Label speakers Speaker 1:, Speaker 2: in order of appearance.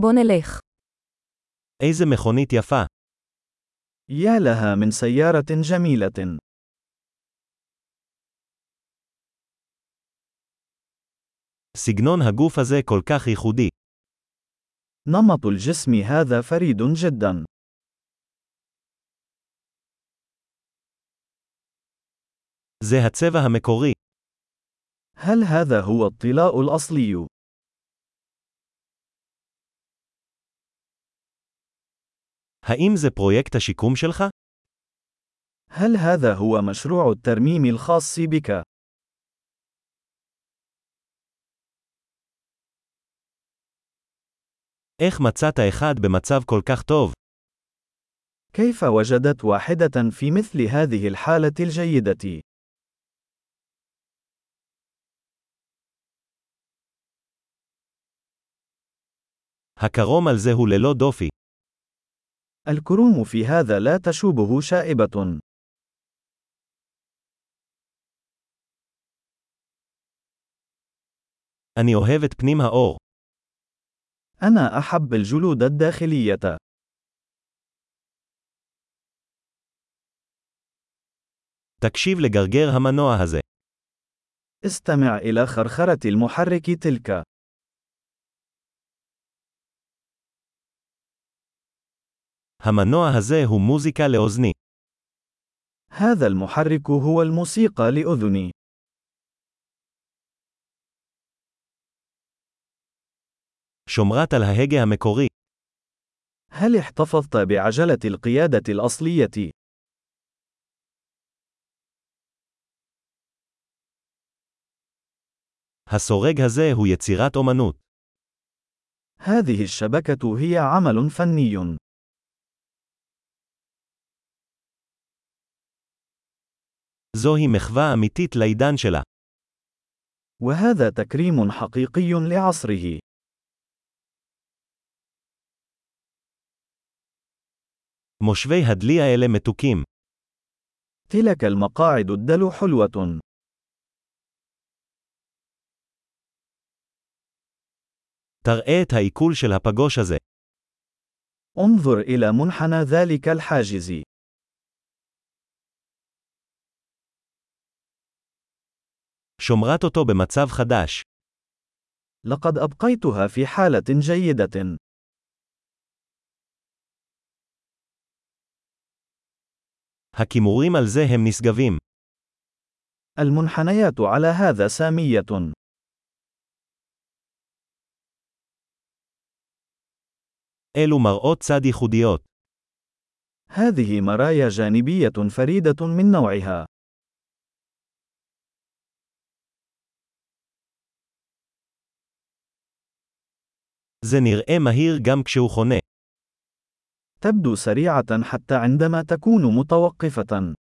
Speaker 1: בוא נלך.
Speaker 2: איזה מכונית יפה.
Speaker 3: يا لها من سيارة جميلة.
Speaker 2: סגנון הגוף הזה כל כך ייחודי.
Speaker 3: نمط الجسم هذا فريد جدا.
Speaker 2: זה הצבע המקורי.
Speaker 3: هل هذا هو الطلاء الأصلي؟
Speaker 2: האם זה פרויקט השיקום שלך?
Speaker 3: هل هذا هو مشروع الترميم الخاص بك؟
Speaker 2: איך מצאת אחד במצב כל כך טוב?
Speaker 3: كيف وجدت واحدة في مثل هذه الحالة الجيدة؟
Speaker 2: הקרום על זה הוא ללא דופי.
Speaker 3: الكروم في هذا لا تشوبه شائبة.
Speaker 2: אני אוהב את פנים האור.
Speaker 3: أنا أحب الجلود الداخلية.
Speaker 2: תקשיב לגרגר המנוע הזה.
Speaker 3: استمع إلى خرخرة المحرك تلك.
Speaker 2: המנוע הזה הוא מוזיקה לאוזני.
Speaker 3: هذا المحرك هو الموسيقى لأذني.
Speaker 2: שומרת על ההגה המקורי.
Speaker 3: هل احتفظت بعجلة القيادة الأصلية؟
Speaker 2: הסורג הזה הוא יצירת אומנות.
Speaker 3: هذه الشبكة هي عمل فني.
Speaker 2: זוהי מחווה אמיתית לעידן שלה.
Speaker 3: وهذا تكريم حقيقي لعصره.
Speaker 2: מושבי הדלי האלה מתוקים.
Speaker 3: تلك المقاعد الدلو حلوة.
Speaker 2: תראה את העיכול של הפגוש הזה.
Speaker 3: انظر إلى منحنى ذلك الحاجز.
Speaker 2: שומרת אותו במצב חדש.
Speaker 3: لقد أبقيتها في حالة جيدة.
Speaker 2: הכימורים על זה הם נשגבים.
Speaker 3: المنحنيات على هذا سامية.
Speaker 2: אלו מראות צד ייחודיות.
Speaker 3: هذه مرايا جانبية فريدة من نوعها.
Speaker 2: זה נראה מהיר גם כשהוא חונה.
Speaker 3: تبدو سريعة حتى عندما تكون متوقفة.